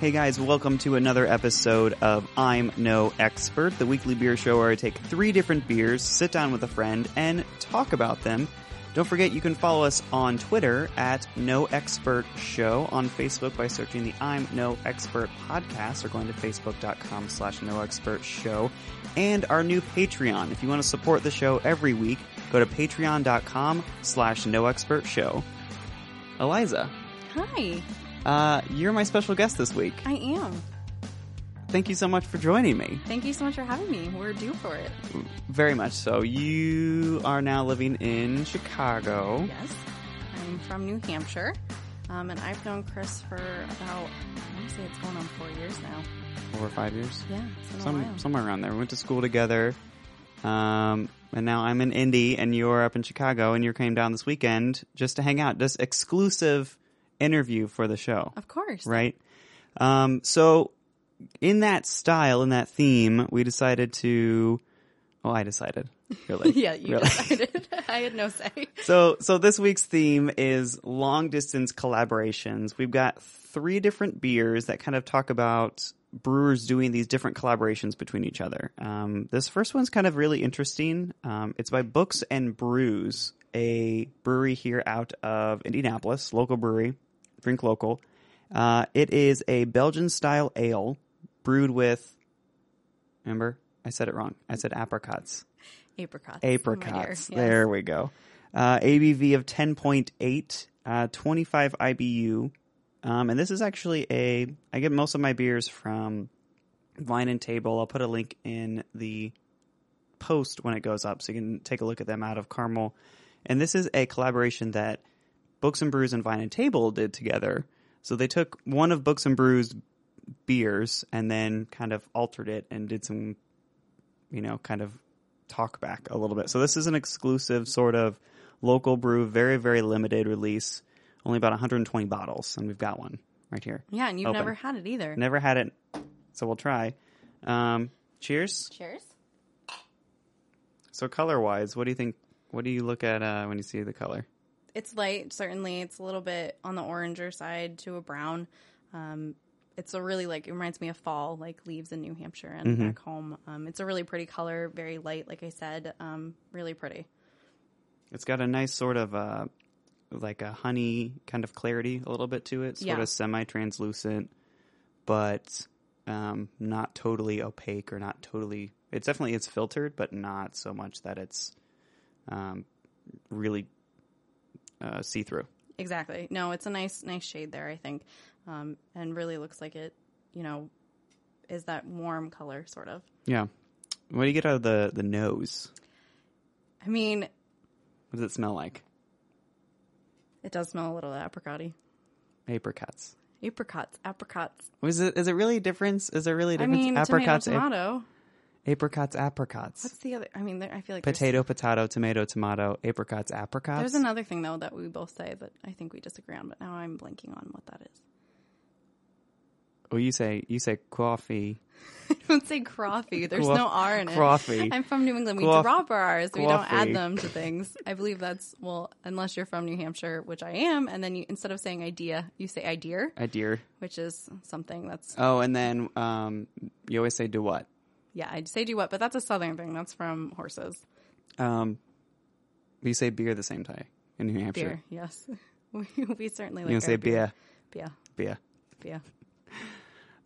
Hey guys, welcome to another episode of I'm No Expert, the weekly beer show where I take three different beers, sit down with a friend, and talk about them. Don't forget you can follow us on Twitter at No Expert Show, on Facebook by searching the I'm No Expert podcast or going to facebook.com slash no expert show, and our new Patreon. If you want to support the show every week, go to patreon.com slash no expert show. Eliza, Hi, uh, you're my special guest this week. I am. Thank you so much for joining me. Thank you so much for having me. We're due for it. Very much so. You are now living in Chicago. Yes, I'm from New Hampshire, um, and I've known Chris for about I want to say it's going on four years now. Over five years? Yeah, it's been a Some, while. somewhere around there. We went to school together. Um, and now I'm in Indy and you're up in Chicago and you came down this weekend just to hang out. This exclusive interview for the show. of course, right? Um, so, in that style, in that theme, we decided to. Oh, I decided. Really? Yeah, you Really. decided. I had no say. So, so this week's theme is long distance collaborations. We've got three different beers that kind of talk about brewers doing these different collaborations between each other. Um, this first one's kind of really interesting. Um, it's by Books and Brews, a brewery here out of Indianapolis, local brewery, drink local. Uh, it is a Belgian style ale brewed with, remember, I said it wrong. I said apricots. Apricots. My dear. Apricots. Yes. There we go. Uh, ABV of 10.8, uh, 25 IBU. Um, and this is actually a, I get most of my beers from Vine and Table. I'll put a link in the post when it goes up so you can take a look at them out of Carmel. And this is a collaboration that Books and Brews and Vine and Table did together. So they took one of Books and Brews beers and then kind of altered it and did some, you know, kind of talk back a little bit. So this is an exclusive sort of local brew, very, very limited release, only about 120 bottles. And we've got one right here. Yeah, and you've Open. never had it either. Never had it, so we'll try. Um, cheers. Cheers. So color wise, what do you think? What do you look at uh, when you see the color? It's light, certainly. It's a little bit on the oranger side to a brown. Um, it's a really like it reminds me of fall, like leaves in New Hampshire and back home. Um, it's a really pretty color, very light, like I said, um, really pretty. It's got a nice sort of uh, like a honey kind of clarity a little bit to it, sort Yeah. of semi translucent, but um, not totally opaque or not totally. It's definitely it's filtered, but not so much that it's um, really uh, see through. Exactly. No, it's a nice, nice shade there, I think, um, and really looks like it. You know, is that warm color sort of? Yeah. What do you get out of the the nose? I mean, What does it smell like? it does smell a little apricotty. Apricots. Apricots, apricots. Was it? Is it really a difference? Is there really a I difference? mean, apricots, ap- tomato, tomato. apricots, apricots. What's the other? I mean, there, I feel like there's- Potato, potato, tomato, tomato, apricots, apricots. There's another thing though that we both say that I think we disagree on, but now I'm blanking on what that is. Oh, you say you say coffee. Don't say croffy. There's Coff- no R in it. croffy. I'm from New England. We Coff- drop our R's. We don't coffee. add them to things. I believe that's well, unless you're from New Hampshire, which I am, and then you instead of saying idea, you say idea, A deer. which is something that's Oh, and then um, you always say do what? yeah. I'd say do what, but that's a southern thing. That's from horses. Um, you say beer the same time in New Hampshire. Beer, yes. We, we certainly You like don't say our beer. beer. Beer. Beer,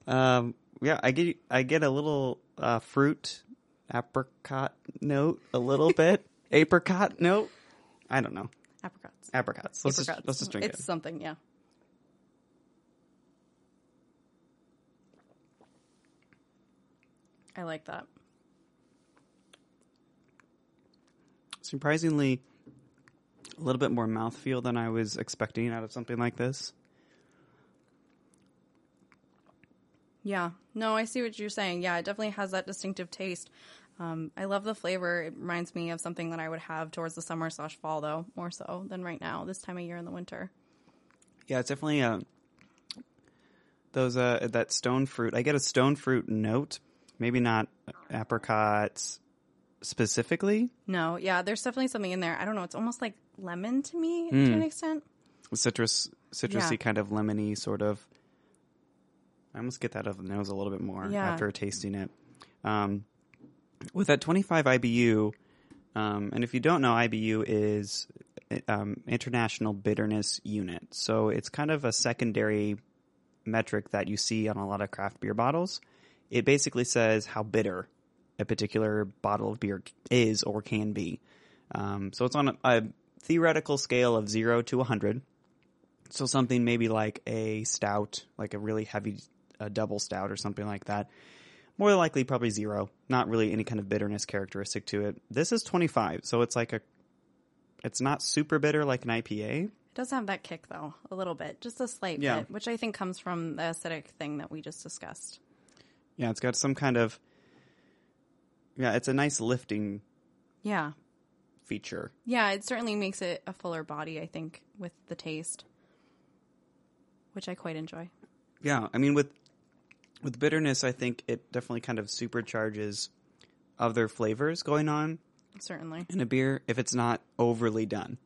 Um, yeah, I get I get a little uh, fruit apricot note, a little bit apricot note. I don't know apricots. apricots. Let's apricots. just let's just drink it's it. something, yeah. I like that. surprisingly a little bit more mouthfeel than I was expecting out of something like this. Yeah. No, I see what you're saying. Yeah, it definitely has that distinctive taste. Um, I love the flavor. It reminds me of something that I would have towards the summer slash fall, though, more so than right now, this time of year in the winter. Yeah, it's definitely uh those uh that stone fruit. I get a stone fruit note, maybe not apricots specifically, No, yeah, there's definitely something in there. I don't know. It's almost like lemon to me Hmm. to an extent. citrus citrusy Yeah. kind of lemony sort of I almost get that out of the nose a little bit more Yeah. after tasting it. Um, with that 25 IBU, um, and if you don't know, IBU is um, International Bitterness Unit. So it's kind of a secondary metric that you see on a lot of craft beer bottles. It basically says how bitter a particular bottle of beer is or can be. Um, so it's on a, a theoretical scale of zero to 100. So something maybe like a stout, like a really heavy uh double stout or something like that. More likely, probably zero. Not really any kind of bitterness characteristic to it. This is 25, so it's like a, it's not super bitter like an IPA. It does have that kick though, a little bit, just a slight Yeah. bit, which I think comes from the acidic thing that we just discussed. Yeah, it's got some kind of, yeah, it's a nice lifting Yeah. feature. Yeah, it certainly makes it a fuller body, I think, with the taste, which I quite enjoy. Yeah, I mean with with bitterness, I think it definitely kind of supercharges other flavors going on Certainly. in a beer if it's not overly done.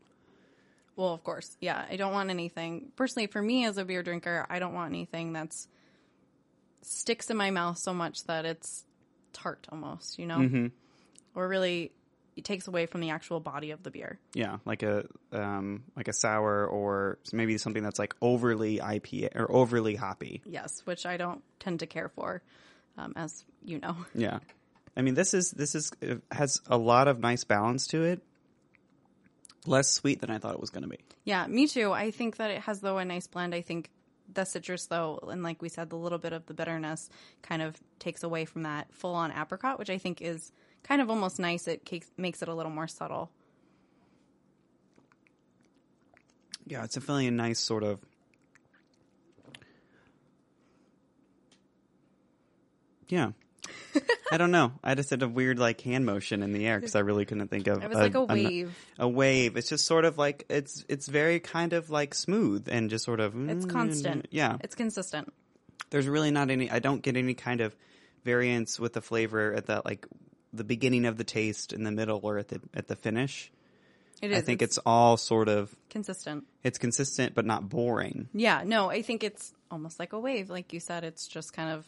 Well, of course. Yeah, I don't want anything. Personally, for me as a beer drinker, I don't want anything that's sticks in my mouth so much that it's tart almost, you know? Or really it takes away from the actual body of the beer. Yeah, like a um, like a sour or maybe something that's like overly IPA or overly hoppy. Yes, which I don't tend to care for, um, as you know. Yeah, I mean this is this is it has a lot of nice balance to it. Less sweet than I thought it was going to be. Yeah, me too. I think that it has though a nice blend. I think the citrus though, and like we said, the little bit of the bitterness kind of takes away from that full on apricot, which I think is kind of almost nice. It cakes, makes it a little more subtle. Yeah, it's definitely a nice sort of. Yeah. I don't know. I just did a weird like hand motion in the air because I really couldn't think of. It was like a wave. A, wave. It's just sort of like it's it's very kind of like smooth and just sort of. mm, It's constant. Yeah, It's consistent. there's really not any. I don't get any kind of variance with the flavor at the like the beginning of the taste, in the middle, or at the at the finish. It is. I think it's all sort of consistent. it's consistent but not boring. Yeah, no, I think it's almost like a wave. Like you said, it's just kind of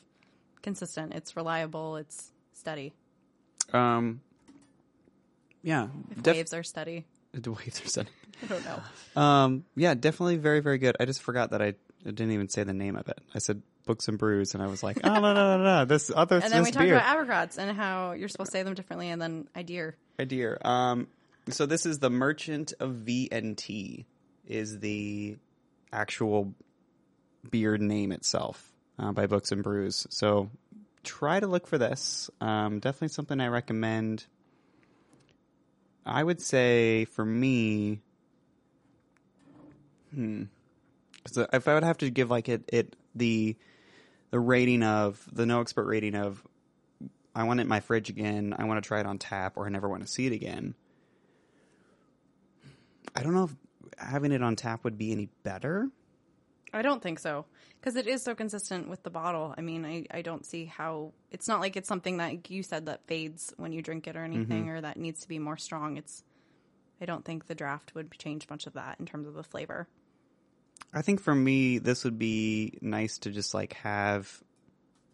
consistent. It's reliable. It's steady. Um, yeah, If def- waves are steady. the waves are setting. I don't know. Um, yeah, definitely very, very good. I just forgot that I, I didn't even say the name of it. I said Books and Brews, and I was like, oh no, no, no, no, this other And then we this talked beer about apricots and how you're supposed to say them differently, and then idea. idea. Um, so this is the Merchant of VNT is the actual beer name itself uh, by Books and Brews. So try to look for this. Um, definitely something I recommend. I would say for me, hmm, so if I would have to give like it it the the rating of the no expert rating of I want it in my fridge again. I want to try it on tap, or I never want to see it again. I don't know if having it on tap would be any better. I don't think so because it is so consistent with the bottle. I mean, I, I don't see how it's not like it's something that you said that fades when you drink it or anything or that needs to be more strong. It's I don't think the draft would change much of that in terms of the flavor. I think for me, this would be nice to just like have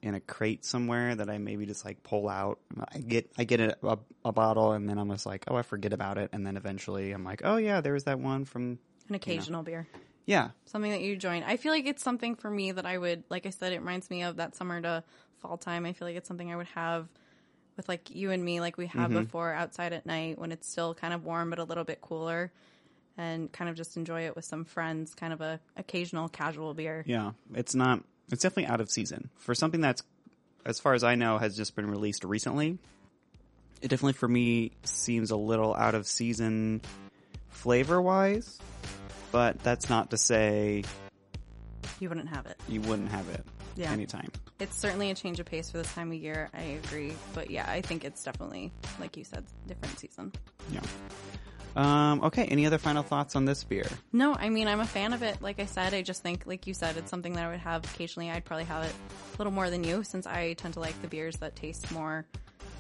in a crate somewhere that I maybe just like pull out. I get I get a, a, a bottle, and then I'm just like, oh, I forget about it, and then eventually I'm like, oh yeah, there was that one from An occasional beer, yeah, something that you join. I feel like it's something for me that I would like. I said it reminds me of that summer to fall time. I feel like it's something I would have with like you and me, like we have before outside at night when it's still kind of warm but a little bit cooler. And kind of just enjoy it with some friends, kind of a occasional casual beer. Yeah, it's not. It's definitely out of season for something that's, as far as I know, has just been released recently. It definitely for me seems a little out of season, flavor wise, but that's not to say you wouldn't have it. you wouldn't have it Yeah. anytime. It's certainly a change of pace for this time of year. I agree. But yeah, I think it's definitely, like you said, different season. Yeah. Um, okay. Any other final thoughts on this beer? No, I mean, I'm a fan of it. Like I said, I just think, like you said, it's something that I would have occasionally. I'd probably have it a little more than you since I tend to like the beers that taste more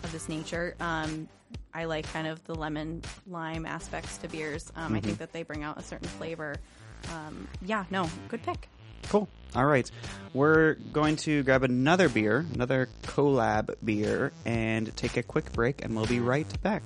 of this nature. Um, I like kind of the lemon lime aspects to beers. Um, I think that they bring out a certain flavor. Um, yeah, no, good pick. Cool. All right. We're going to grab another beer, another collab beer, and take a quick break, and we'll be right back.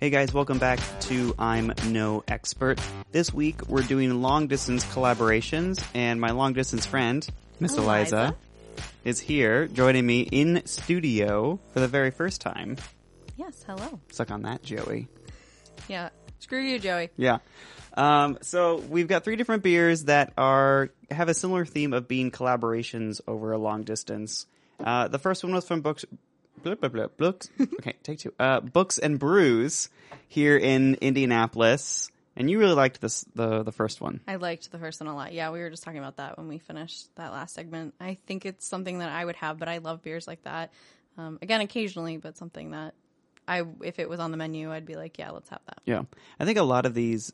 Hey guys, welcome back to I'm No Expert. This week we're doing long distance collaborations, and my long distance friend, Miss Eliza, Eliza. is here joining me in studio for the very first time. Yes, hello. Suck on that, Joey. Yeah. Screw you, Joey. Yeah. Um, so we've got three different beers that are have a similar theme of being collaborations over a long distance. Uh, the first one was from books. Blah, blah, blah, books. Okay, take two. Uh, books and brews here in Indianapolis, and you really liked this the the first one. I liked the first one a lot. Yeah, we were just talking about that when we finished that last segment. I think it's something that I would have, but I love beers like that. Um, again, occasionally, but something that I, if it was on the menu, I'd be like, yeah, let's have that. Yeah, I think a lot of these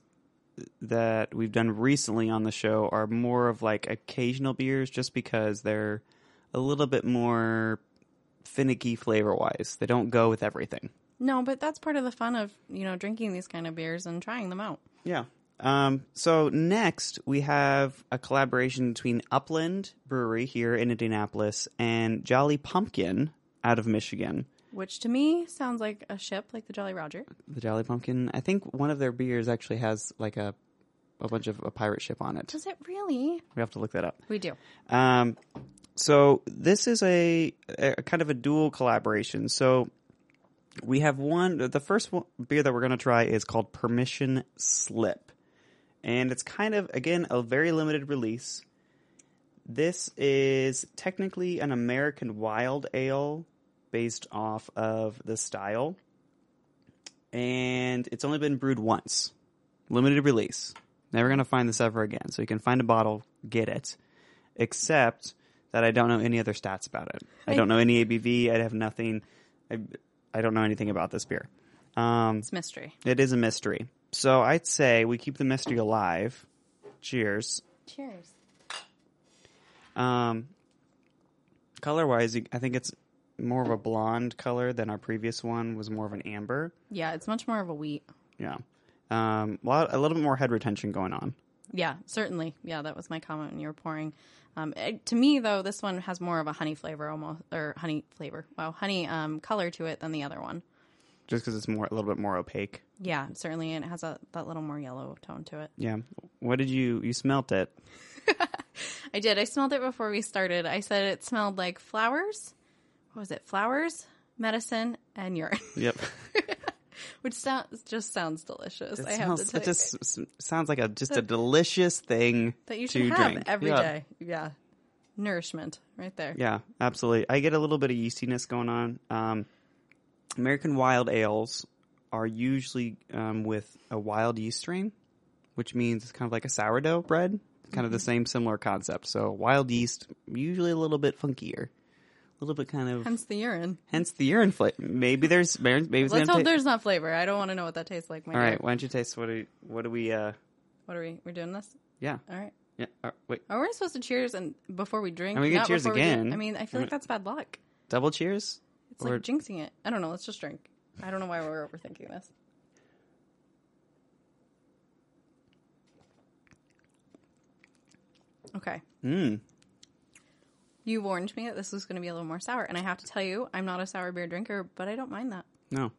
that we've done recently on the show are more of like occasional beers, just because they're a little bit more finicky flavor wise. They don't go with everything. No, but that's part of the fun of you know drinking these kind of beers and trying them out. Yeah. Um, so next we have a collaboration between Upland Brewery here in Indianapolis and Jolly Pumpkin out of Michigan. Which to me sounds like a ship, like the Jolly Roger. The Jolly Pumpkin, I think one of their beers actually has like a a bunch of a pirate ship on it. Does it really? We have to look that up. We do. Um, so this is a, a kind of a dual collaboration. So we have one. The first one, beer that we're going to try is called Permission Slip, and it's kind of again a very limited release. This is technically an American wild ale based off of the style, and it's only been brewed once. Limited release. Never going to find this ever again. So you can find a bottle, get it except that I don't know any other stats about it. I don't know any ABV. I have nothing. I, I don't know anything about this beer. Um, It's mystery. it is a mystery. So I'd say we keep the mystery alive. Cheers. Cheers. Um, color wise, I think it's more of a blonde color than our previous one was more of an amber. Yeah, it's much more of a wheat. Yeah. Um, a, lot, a little bit more head retention going on. Yeah, certainly. Yeah, that was my comment when you were pouring. Um, it- to me, though, this one has more of a honey flavor, almost or honey flavor. Wow, honey um, color to it than the other one. Just because it's more a little bit more opaque. Yeah, certainly, and it has a, that little more yellow tone to it. Yeah. What did you you smelt it? I did. I smelled it before we started. I said it smelled like flowers. What was it? Flowers, medicine, and urine, Yep. which sounds just sounds delicious. It I smells, have to tell it you. just s- s- sounds like a just a delicious thing that you to should have drink. every day. yeah. Yeah, nourishment right there. Yeah, absolutely. I get a little bit of yeastiness going on. Um, American wild ales are usually um, with a wild yeast strain, which means it's kind of like a sourdough bread, kind Mm-hmm. of the same similar concept. So wild yeast usually a little bit funkier, a little bit kind of. Hence the urine. Hence the urine flavor. Maybe there's maybe it's Let's gonna hope ta- there's not flavor. I don't want to know what that tastes like. My All dear. right, why don't you taste what do we, what do we? Uh, What are we? We're doing this. yeah, All right. yeah. uh, wait, Are we supposed to cheers and before we drink? And we can Not cheers before we do- again. I mean, I feel like that's bad luck. double cheers. It's Or- like jinxing it. I don't know. Let's just drink. I don't know why we're overthinking this. Okay. Mm. You warned me that this was going to be a little more sour, and I have to tell you, I'm not a sour beer drinker, but I don't mind that. No,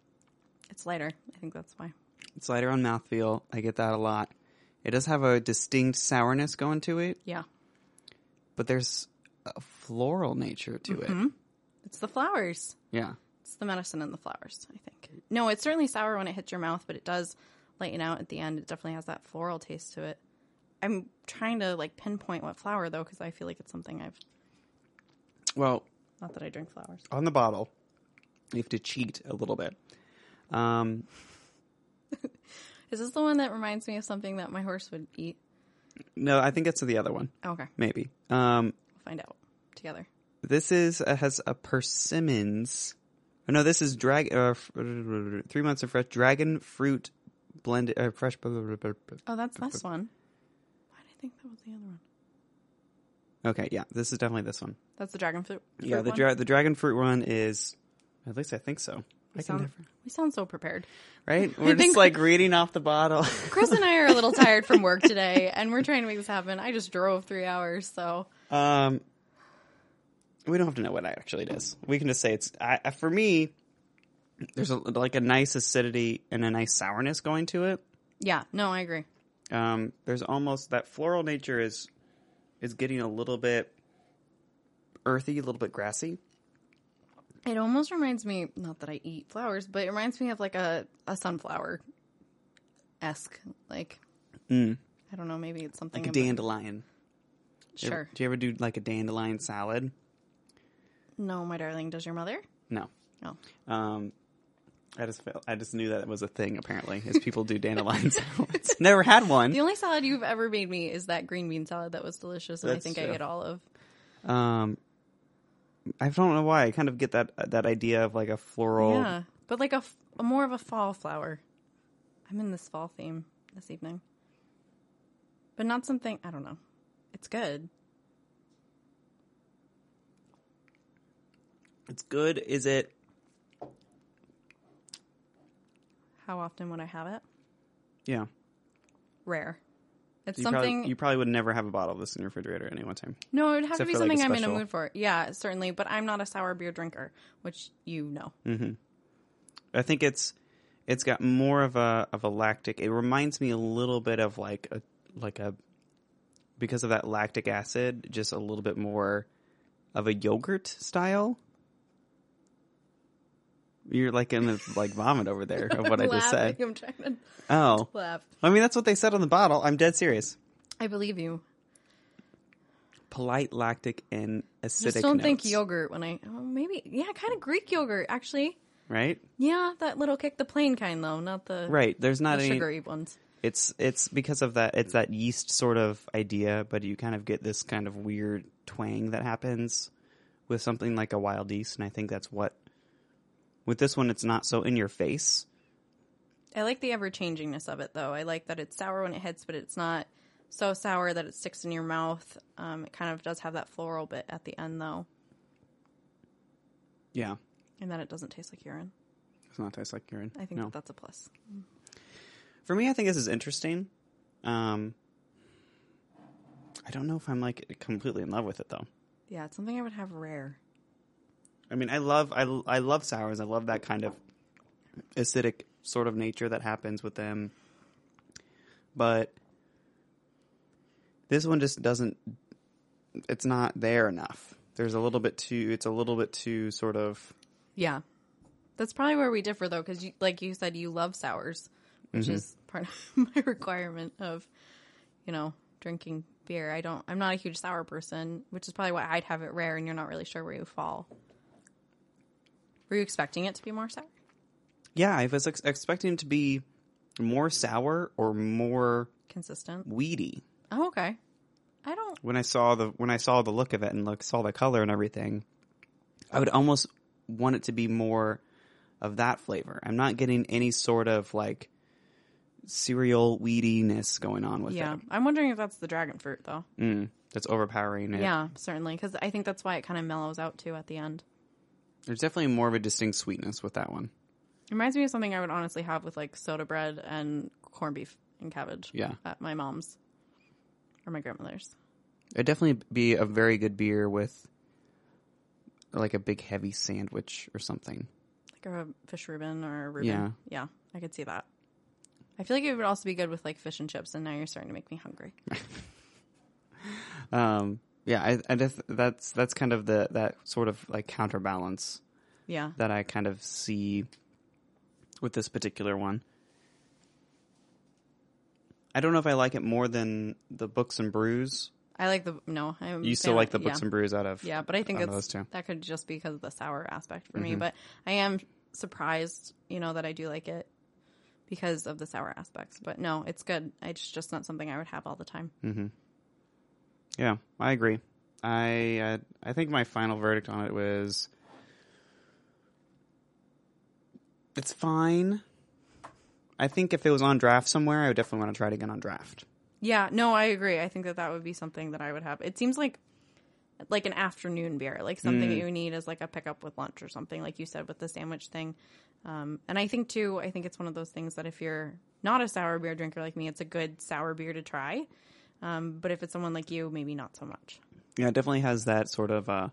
It's lighter. I think that's why. It's lighter on mouthfeel. I get that a lot. It does have a distinct sourness going to it, Yeah. but there's a floral nature to it. It's the flowers. Yeah. It's the medicine and the flowers, I think. No, it's certainly sour when it hits your mouth, but it does lighten out at the end. It definitely has that floral taste to it. I'm trying to like pinpoint what flower though, because I feel like it's something I've Well, not that I drink flowers. on the bottle, you have to cheat a little bit. Um, Is this the one that reminds me of something that my horse would eat? Oh, No, I think it's the other one. Okay, Maybe. Um, we'll find out together. this is uh, has a persimmons. oh, No, this is drag. Uh, f- three months of fresh dragon fruit blended uh, fresh. Oh, that's this one. Why did I think that was the other one? Okay, yeah, this is definitely this one. That's the dragon fruit. Yeah, fruit the one? dra- the dragon fruit one is. At least I think so. I We can sound, never- we sound so prepared. right? We're think- just like reading off the bottle. Chris and I are a little tired from work today, and we're trying to make this happen. I just drove three hours, so Um, we don't have to know what actually it is. We can just say it's I, I- for me. There's a, like a nice acidity and a nice sourness going to it. yeah. No, I agree. Um, there's almost that floral nature is is getting a little bit earthy, a little bit grassy. It almost reminds me, not that I eat flowers, but it reminds me of like a, a sunflower esque. Like, Mm. I don't know, maybe it's something. Like a about- dandelion. Do you ever- Sure. Do you ever do like a dandelion salad? No, my darling, does your mother? No. No. Um, I just felt, I just knew that it was a thing. Apparently, is people do dandelion salads. Never had one. The only salad you've ever made me is that green bean salad that was delicious, and I That's think true. I ate all of. Um, I don't know why. I kind of get that uh, that idea of like a floral. Yeah, but like a, f- a more of a fall flower. I'm in this fall theme this evening, but not something I don't know. It's good. It's good. Is it? How often would I have it? Yeah. Rare. It's You something probably you probably would never have a bottle of this in your refrigerator at any one time. No, it would have Except to be for, like, a something I'm in a special- mood for. Yeah, certainly. But I'm not a sour beer drinker, which you know. I think it's it's got more of a of a lactic. It reminds me a little bit of like a like a because of that lactic acid, just a little bit more of a yogurt style. You're like in a like vomit over there of what I just said. I'm trying to Oh, laugh. I mean that's what they said on the bottle. I'm dead serious. I believe you. Polite lactic and acidic. Just don't think notes, yogurt when I. Oh, maybe. Yeah, kind of Greek yogurt, actually. right, Yeah, that little kick the plain kind, though, not the, right. There's not the any. sugary ones. It's it's because of that it's that yeast sort of idea, but you kind of get this kind of weird twang that happens with something like a wild yeast, and I think that's what with this one it's not so in your face. I like the ever changingness of it, though. I like that it's sour when it hits, but it's not so sour that it sticks in your mouth. Um, it kind of does have that floral bit at the end, though, Yeah. and that it doesn't taste like urine. Does not taste like urine. I think no. that that's a plus. For me I think this is interesting. Um I don't know if I'm like completely in love with it though. Yeah, it's something I would have rare. I mean, I love I, I love sours. I love that kind of acidic sort of nature that happens with them. But this one just doesn't it's not there enough. There's a little bit too it's a little bit too sort of Yeah, that's probably where we differ though, because you, like you said, you love sours, which is part of my requirement of, you know, drinking beer. I don't. I'm not a huge sour person, which is probably why I'd have it rare, and you're not really sure where you fall. Were you expecting it to be more sour? yeah, I was ex- expecting it to be more sour or more Consistent. weedy. Oh, okay. I don't. When I saw the when I saw the look of it and look saw the color and everything, I would almost want it to be more of that flavor. I'm not getting any sort of like cereal weediness going on with Yeah, it. I'm wondering if that's the dragon fruit though. Mm, that's overpowering it. Yeah, certainly, because I think that's why it kind of mellows out too at the end. There's definitely more of a distinct sweetness with that one. It reminds me of something I would honestly have with like soda bread and corned beef and cabbage. Yeah. At my mom's or my grandmother's. It'd definitely be a very good beer with like a big heavy sandwich or something. Like a fish Reuben or a Reuben. Yeah. Yeah. I could see that. I feel like it would also be good with like fish and chips, and now you're starting to make me hungry. Um, yeah, I, I just, that's that's kind of the that sort of like counterbalance Yeah. that I kind of see with this particular one. I don't know if I like it more than the Books and Brews. I like the no. I'm You still fan- like the Books yeah. and Brews out of Yeah, but I think out of those it's two. that could just be Mm-hmm. because of the sour aspect for me. But I am surprised, you know, that I do like it because of the sour aspects. But no, it's good. It's just not something I would have all the time. Yeah, I agree. I uh, I think my final verdict on it was it's fine. I think if it was on draft somewhere, I would definitely want to try it again on draft. Yeah, no, I agree. I think that that would be something that I would have. It seems like like an afternoon beer, like something that you need as like a pickup with lunch or something, like you said with the sandwich thing. Um, and I think too, I think it's one of those things that if you're not a sour beer drinker like me, it's a good sour beer to try. Um, but if it's someone like you, maybe not so much. Yeah, it definitely has that sort of uh,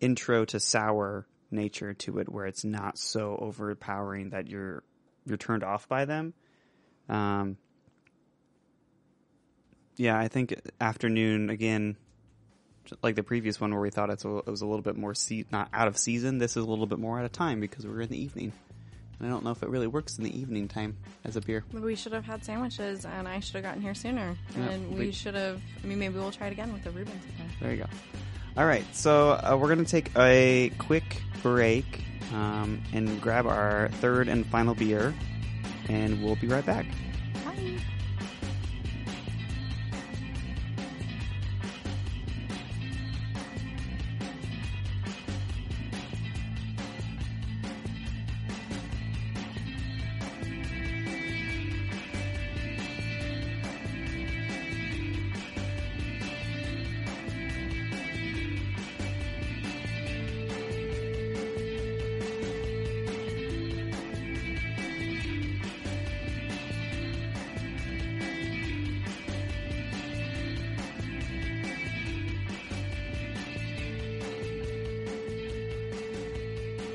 intro to sour nature to it, where it's not so overpowering that you're you're turned off by them. Um, yeah, I think afternoon again, j- like the previous one where we thought it's a, it was a little bit more se- not out of season. This is a little bit more out of time because we're in the evening, and I don't know if it really works in the evening time as a beer. But we should have had sandwiches, and I should have gotten here sooner. Yeah, and we we- should have. I mean, maybe we'll try it again with the Rubens. Okay. There you go. All right, so uh, we're going to take a quick break um, and grab our third and final beer, and we'll be right back. Bye.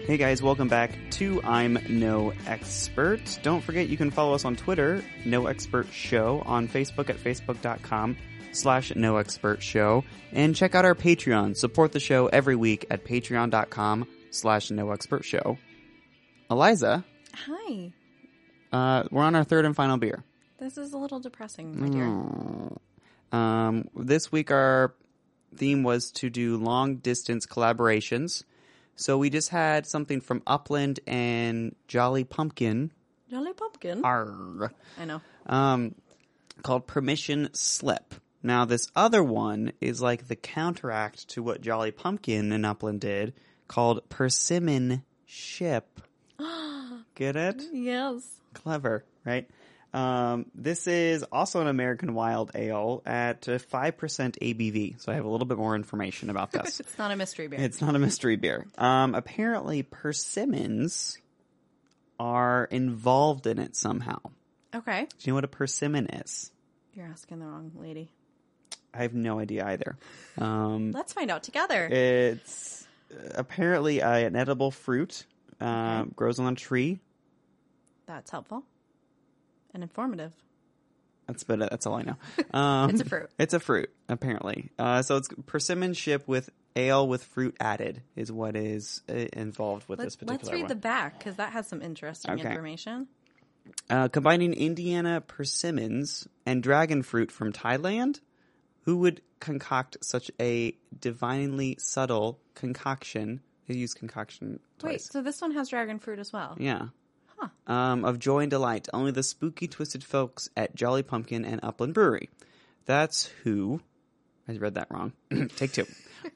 Hey guys, welcome back to I'm No Expert. Don't forget you can follow us on Twitter, No Expert Show, on Facebook at facebook.com slash No Expert Show, and check out our Patreon. Support the show every week at patreon.com slash No Expert Show. Eliza, Hi. uh, we're on our third and final beer. This is a little depressing, my dear. Um, this week our theme was to do long distance collaborations. So we just had something from Upland and Jolly Pumpkin. Jolly pumpkin. Arr, I know. um, called Permission Slip. Now this other one is like the counteract to what Jolly Pumpkin and Upland did, called Persimmon Ship. Get it? Yes. Clever, right? Um, this is also an American Wild Ale at uh, 5% ABV. So I have a little bit more information about this. It's not a mystery beer. it's not a mystery beer. Um, apparently, persimmons are involved in it somehow. Do okay. you know what a persimmon is? You're asking the wrong lady. I have no idea either. Um, Let's find out together. It's apparently uh, an edible fruit. Uh, Grows on a tree. That's helpful and informative. That's but that's all I know. Um, It's a fruit. It's a fruit, apparently. Uh, so it's persimmon ship with ale with fruit added is what is uh, involved with this Let's, particular let's read one. the back because that has some interesting Okay. information. uh, combining Indiana persimmons and dragon fruit from Thailand. Who would concoct such a divinely subtle concoction? They use concoction twice. Mm. Wait, so this one has dragon fruit as well. Yeah. Um, of joy and delight, only the spooky, twisted folks at Jolly Pumpkin and Upland Brewery. That's who. I read that wrong. Take two.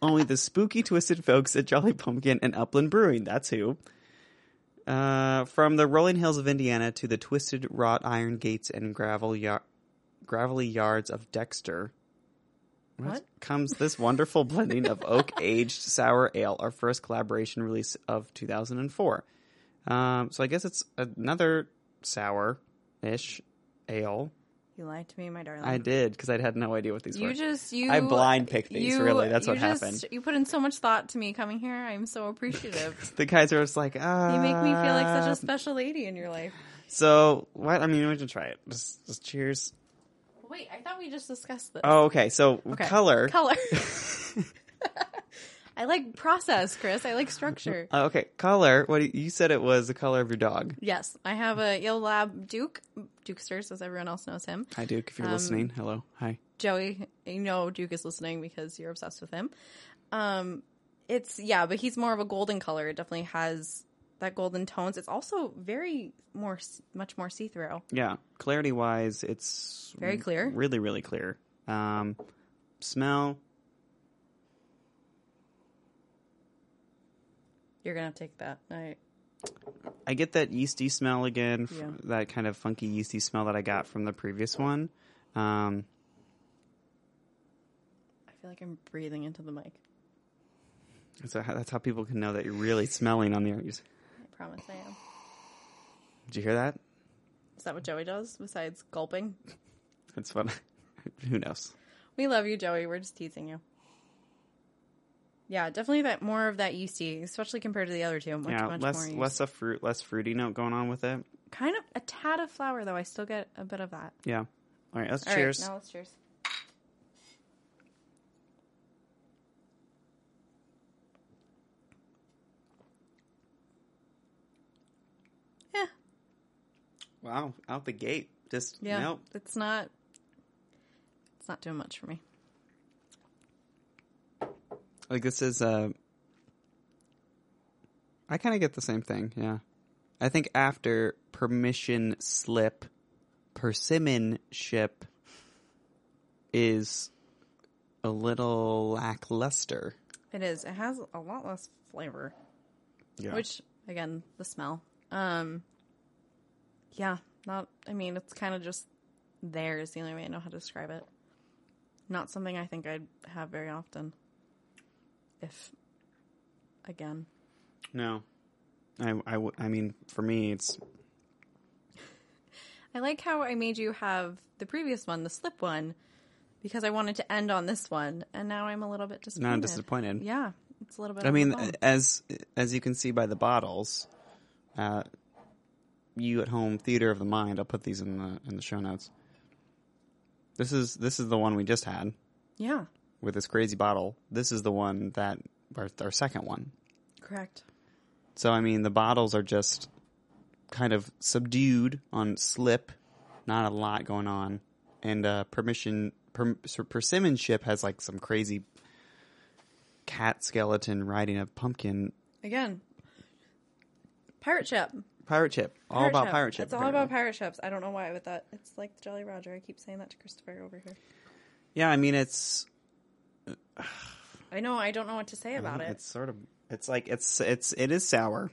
only the spooky, twisted folks at Jolly Pumpkin and Upland Brewing. That's who. Uh, from the rolling hills of Indiana to the twisted wrought iron gates and gravel yar- gravelly yards of Dexter, What? comes this wonderful blending of oak aged sour ale, our first collaboration release of 2004. Um, so I guess it's another sour ish ale. You lied to me, my darling. I did because I had no idea what these Mm-hmm. You were. just you. I blind picked these, really. That's you what just- happened. You put in so much thought to me coming here. I'm so appreciative. the guys are just like, ah. you make me feel like Uh, such a special lady in your life. So what? I mean, we should try it. Just, just cheers. Wait, I thought we just discussed this. Oh, okay. So Okay. color. Color. I like process, Chris. I like structure. Uh, okay, color. What do you, you said it was the color of your dog. Yes, I have a Yale Lab Duke, Dukesters, as everyone else knows him. Hi, Duke. If Um, you're listening, hello. Hi. Joey, I know Duke is listening because you're obsessed with him. Um, it's yeah, but he's more of a golden color. It definitely has that golden tones. It's also very more s- much more see through. Yeah, clarity wise, it's Very clear. Really, really clear. Um, smell. You're gonna have to take that. I I get that yeasty smell again. f- Yeah. That kind of funky yeasty smell that I got from the previous one. Um, I feel like I'm breathing into the mic. so how- that's how people can know that you're really smelling on the. you s- I promise I am. Did you hear that? Is that what Joey does besides gulping? That's what. who knows? We love you, Joey. We're just teasing you. Yeah, definitely that more of that yeasty, especially compared to the other two. Much, yeah, much less more yeast. less a fruit, less fruity note going on with it. Kind of a tad of flour though. I still get a bit of that. Yeah. All right. Let's All right, cheers. now let's cheers. Yeah, Wow. Out the gate. Just yeah. nope. It's not. It's not doing much for me. Like this is uh I kind of get the same thing, yeah. I think after permission slip, persimmon ship is a little lackluster. It is. It has a lot less flavor. Yeah. which again the smell um yeah not i mean it's kind of just there is the only way i know how to describe it not something i think i'd have very often if again no, I, I, w- I mean for me it's i like how i made you have the previous one the slip one because i wanted to end on this one and now i'm a little bit disappointed not disappointed. yeah it's a little bit I on the mean uh, bone. as as you can see by the bottles, uh, you at home theater of the mind. I'll put these in the in the show notes. This is this is the one we just had. yeah with this crazy bottle. This is the one that our, our second one. correct So I mean, the bottles are just kind of subdued on slip, not a lot going on, and uh, permission per, so persimmon ship has like some crazy cat skeleton riding a pumpkin again pirate ship pirate ship. All Pirate about ship. pirate ship. It's all about apparently. pirate ships. I don't know why, but that it's like the Jolly Roger. I keep saying that to Christopher over here. yeah, I mean it's I know. I don't know what to say about it. Uh-huh, it's sort of it's like it's it's it is sour.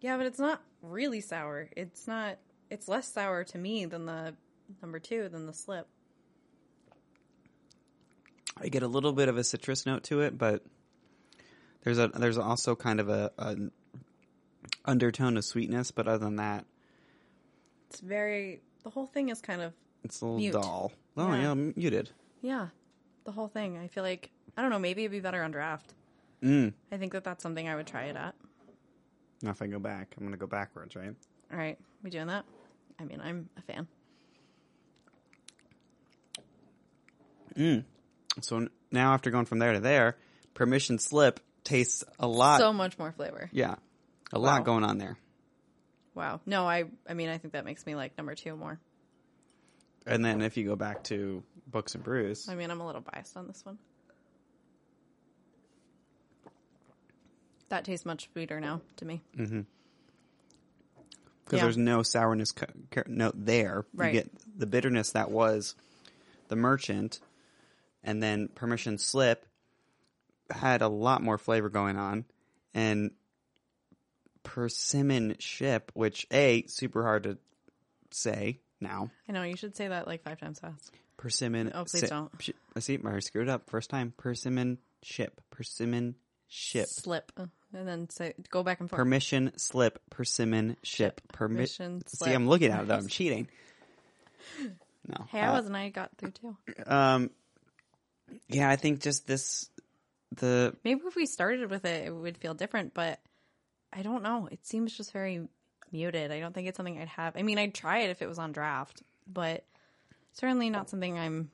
Yeah, but it's not really sour. It's not. It's less sour to me than the number two than the slip. I get a little bit of a citrus note to it, but there's a there's also kind of a, a undertone of sweetness. But other than that, It's very. The whole thing is kind of. it's a little Mute. dull. Oh Yeah. yeah, you did. Yeah, the whole thing. I feel like I don't know. Maybe it'd be better on draft. Mm. I think that that's something I would try it at. Now if I go back, I'm gonna go backwards, right? All right, we doing that? I mean, I'm a fan. So n- now after going from there to there, permission slip tastes a lot. so much more flavor. yeah, a lot Wow. going on there. Wow. No, I. I mean, I think that makes me like number two more. And then if you go back to books and brews, I mean, I'm a little biased on this one. That tastes much sweeter now to me. because Yeah. there's no sourness co- co- note there. Right. You get the bitterness that was the merchant, and then permission slip had a lot more flavor going on, and persimmon ship, which a super hard to say now. I know you should say that like five times fast. Persimmon. Oh, please si- don't. sh- I see. I screwed it up first time. Persimmon ship. Persimmon ship. Slip uh, and then say go back and forth. Permission slip. Persimmon ship. Permi- Permission See, slip. I'm looking at it. though. I'm cheating. No. Uh, hey, I wasn't. I got through too. Um, yeah, I think just this the Maybe if we started with it, it would feel different. But I don't know. It seems just very muted. I don't think it's something I'd have. I mean, I'd try it if it was on draft, but certainly not something I'm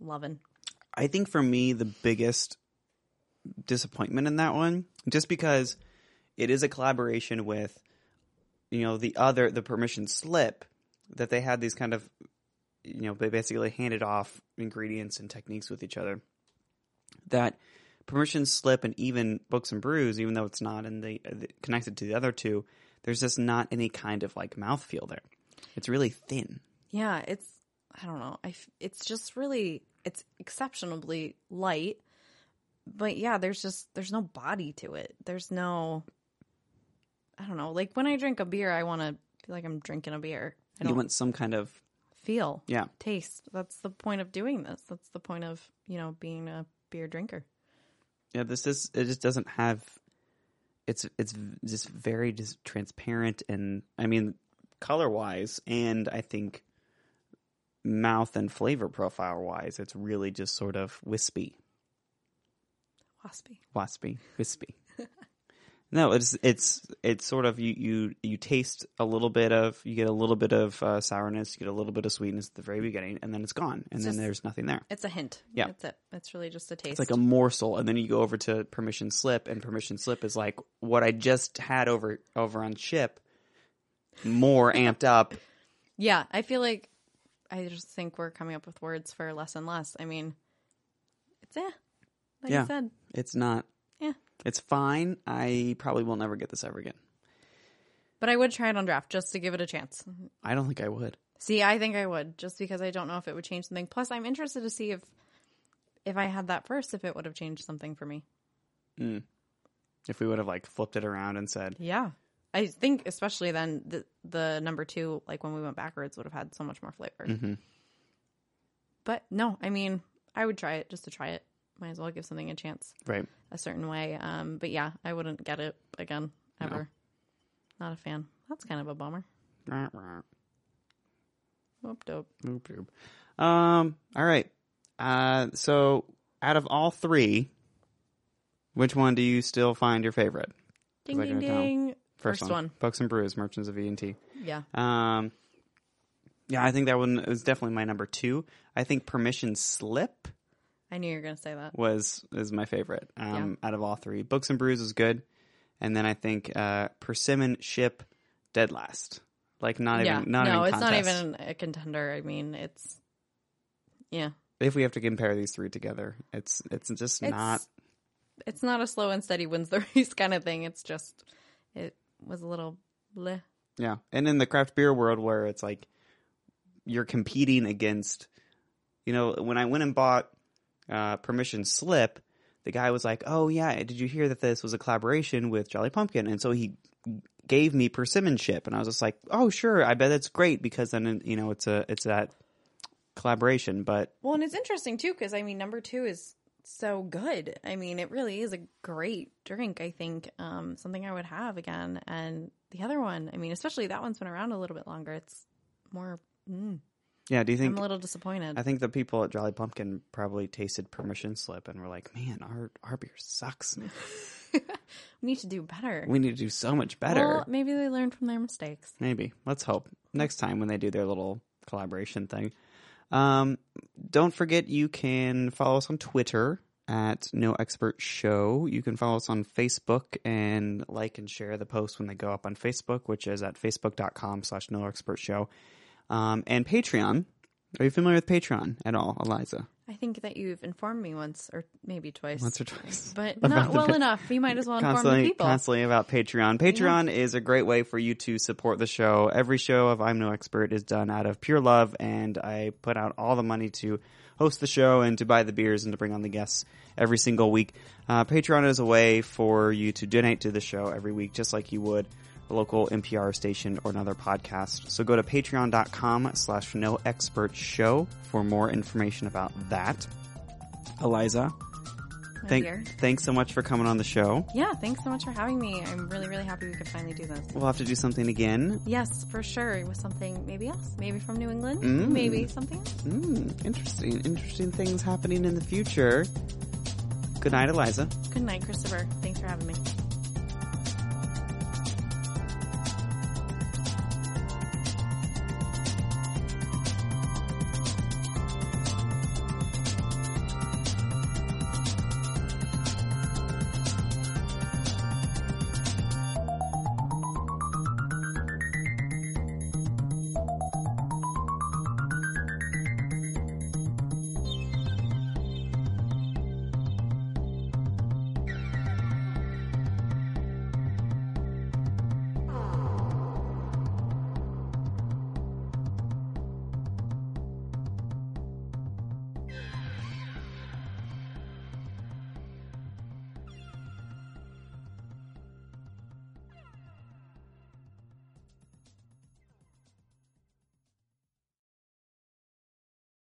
loving. I think for me the biggest disappointment in that one just because it is a collaboration with you know the other the permission slip that they had these kind of you know they basically handed off ingredients and techniques with each other that Permission Slip and even Books and Brews, even though it's not in the, the connected to the other two, there's just not any kind of like mouthfeel there. It's really thin. Yeah, it's I don't know. I f- it's just really it's exceptionally light, but yeah, there's just there's no body to it. There's no I don't know. Like when I drink a beer, I want to feel like I'm drinking a beer. I You don't want some kind of feel, yeah. taste. That's the point of doing this. That's the point of you know being a beer drinker. Yeah, this is it just doesn't have it's it's just very just transparent and I mean color wise and I think mouth and flavor profile wise, it's really just sort of wispy. Waspy. waspy, wispy. no, it's it's it's sort of you you you taste a little bit of you get a little bit of uh, sourness, you get a little bit of sweetness at the very beginning, and then it's gone, and then just- there's nothing there. It's a hint. Yeah. that's it. It's really just a taste. It's like a morsel, and then you go over to permission slip, and permission slip is like what I just had over over on ship, more amped up. Yeah, I feel like I just think we're coming up with words for less and less. I mean, it's eh, like Yeah. I said, It's not. Yeah. It's fine. I probably will never get this ever again. but I would try it on draft just to give it a chance. I don't think I would. See, I think I would just because I don't know if it would change something. Plus, I'm interested to see if if I had that first, if it would have changed something for me. If we would have like flipped it around and said, Yeah, I think especially then the the number two, like when we went backwards, would have had so much more flavor. But no, I mean, I would try it just to try it. Might as well give something a chance. right, a certain way. Um, but yeah, I wouldn't get it again ever. Not a fan. That's kind of a bummer. Rah, rah. Whoop dope. Oop, oop. Um. All right. Uh. So, out of all three, which one do you still find your favorite? Ding I ding gotta tell. ding. First, one. Bucks and Brews, Merchants of E and T. Yeah. Um. Yeah, I think that one was definitely my number two. I think Permission Slip I knew you were gonna say that. was is my favorite. Um, out of all three, Books and Brews is good, and then I think uh, Persimmon Ship, dead last. Like not yeah. even not no, even it's not contest. even a contender. I mean, it's yeah. If we have to compare these three together, it's it's just It's not It's not a slow and steady wins the race kind of thing. It's just it was a little bleh. Yeah. And in the craft beer world where it's like you're competing against you know, when I went and bought uh, permission slip, the guy was like, "Oh yeah, did you hear that this was a collaboration with Jolly Pumpkin?" And so he gave me persimmon chip, and I was just like, "Oh sure, I bet it's great because then you know it's a it's that collaboration." But Well, and it's interesting too because I mean, number two is so good. I mean, it really is a great drink. I think um, something I would have again. And the other one, I mean, especially that one's been around a little bit longer. It's more. Mm, yeah, do you I'm think a little disappointed. I think the people at Jolly Pumpkin probably tasted permission slip and were like, "Man, our our beer sucks. now. we need to do better. We need to do so much better." Well, maybe they learned from their mistakes. Maybe. Let's hope. Next time when they do their little collaboration thing. Um, don't forget you can follow us on Twitter at No Expert Show. You can follow us on Facebook and like and share the posts when they go up on Facebook, which is at facebook.com slash No Expert Show. Um, and Patreon. Are you familiar with Patreon at all, Eliza? I think that you've informed me once or maybe twice, Once or twice. but About not the well pa- enough. You might as well inform the constantly people. constantly about Patreon. Patreon is a great way for you to support the show. Every show of I'm No Expert is done out of pure love, and I put out all the money to host the show and to buy the beers and to bring on the guests every single week. Uh, Patreon is a way for you to donate to the show every week, just like you would a local NPR station or another podcast. So go to patreon.com slash no expert show for more information about that. Eliza, my thank, Oh, dear. thanks so much for coming on the show. Yeah, thanks so much for having me. I'm really, really happy we could finally do this. We'll have to do something again. Yes, for sure. It was something maybe else, maybe from New England, Mm. maybe something else. Hmm, interesting. Interesting things happening in the future. Good night, Eliza. Good night, Christopher. Thanks for having me.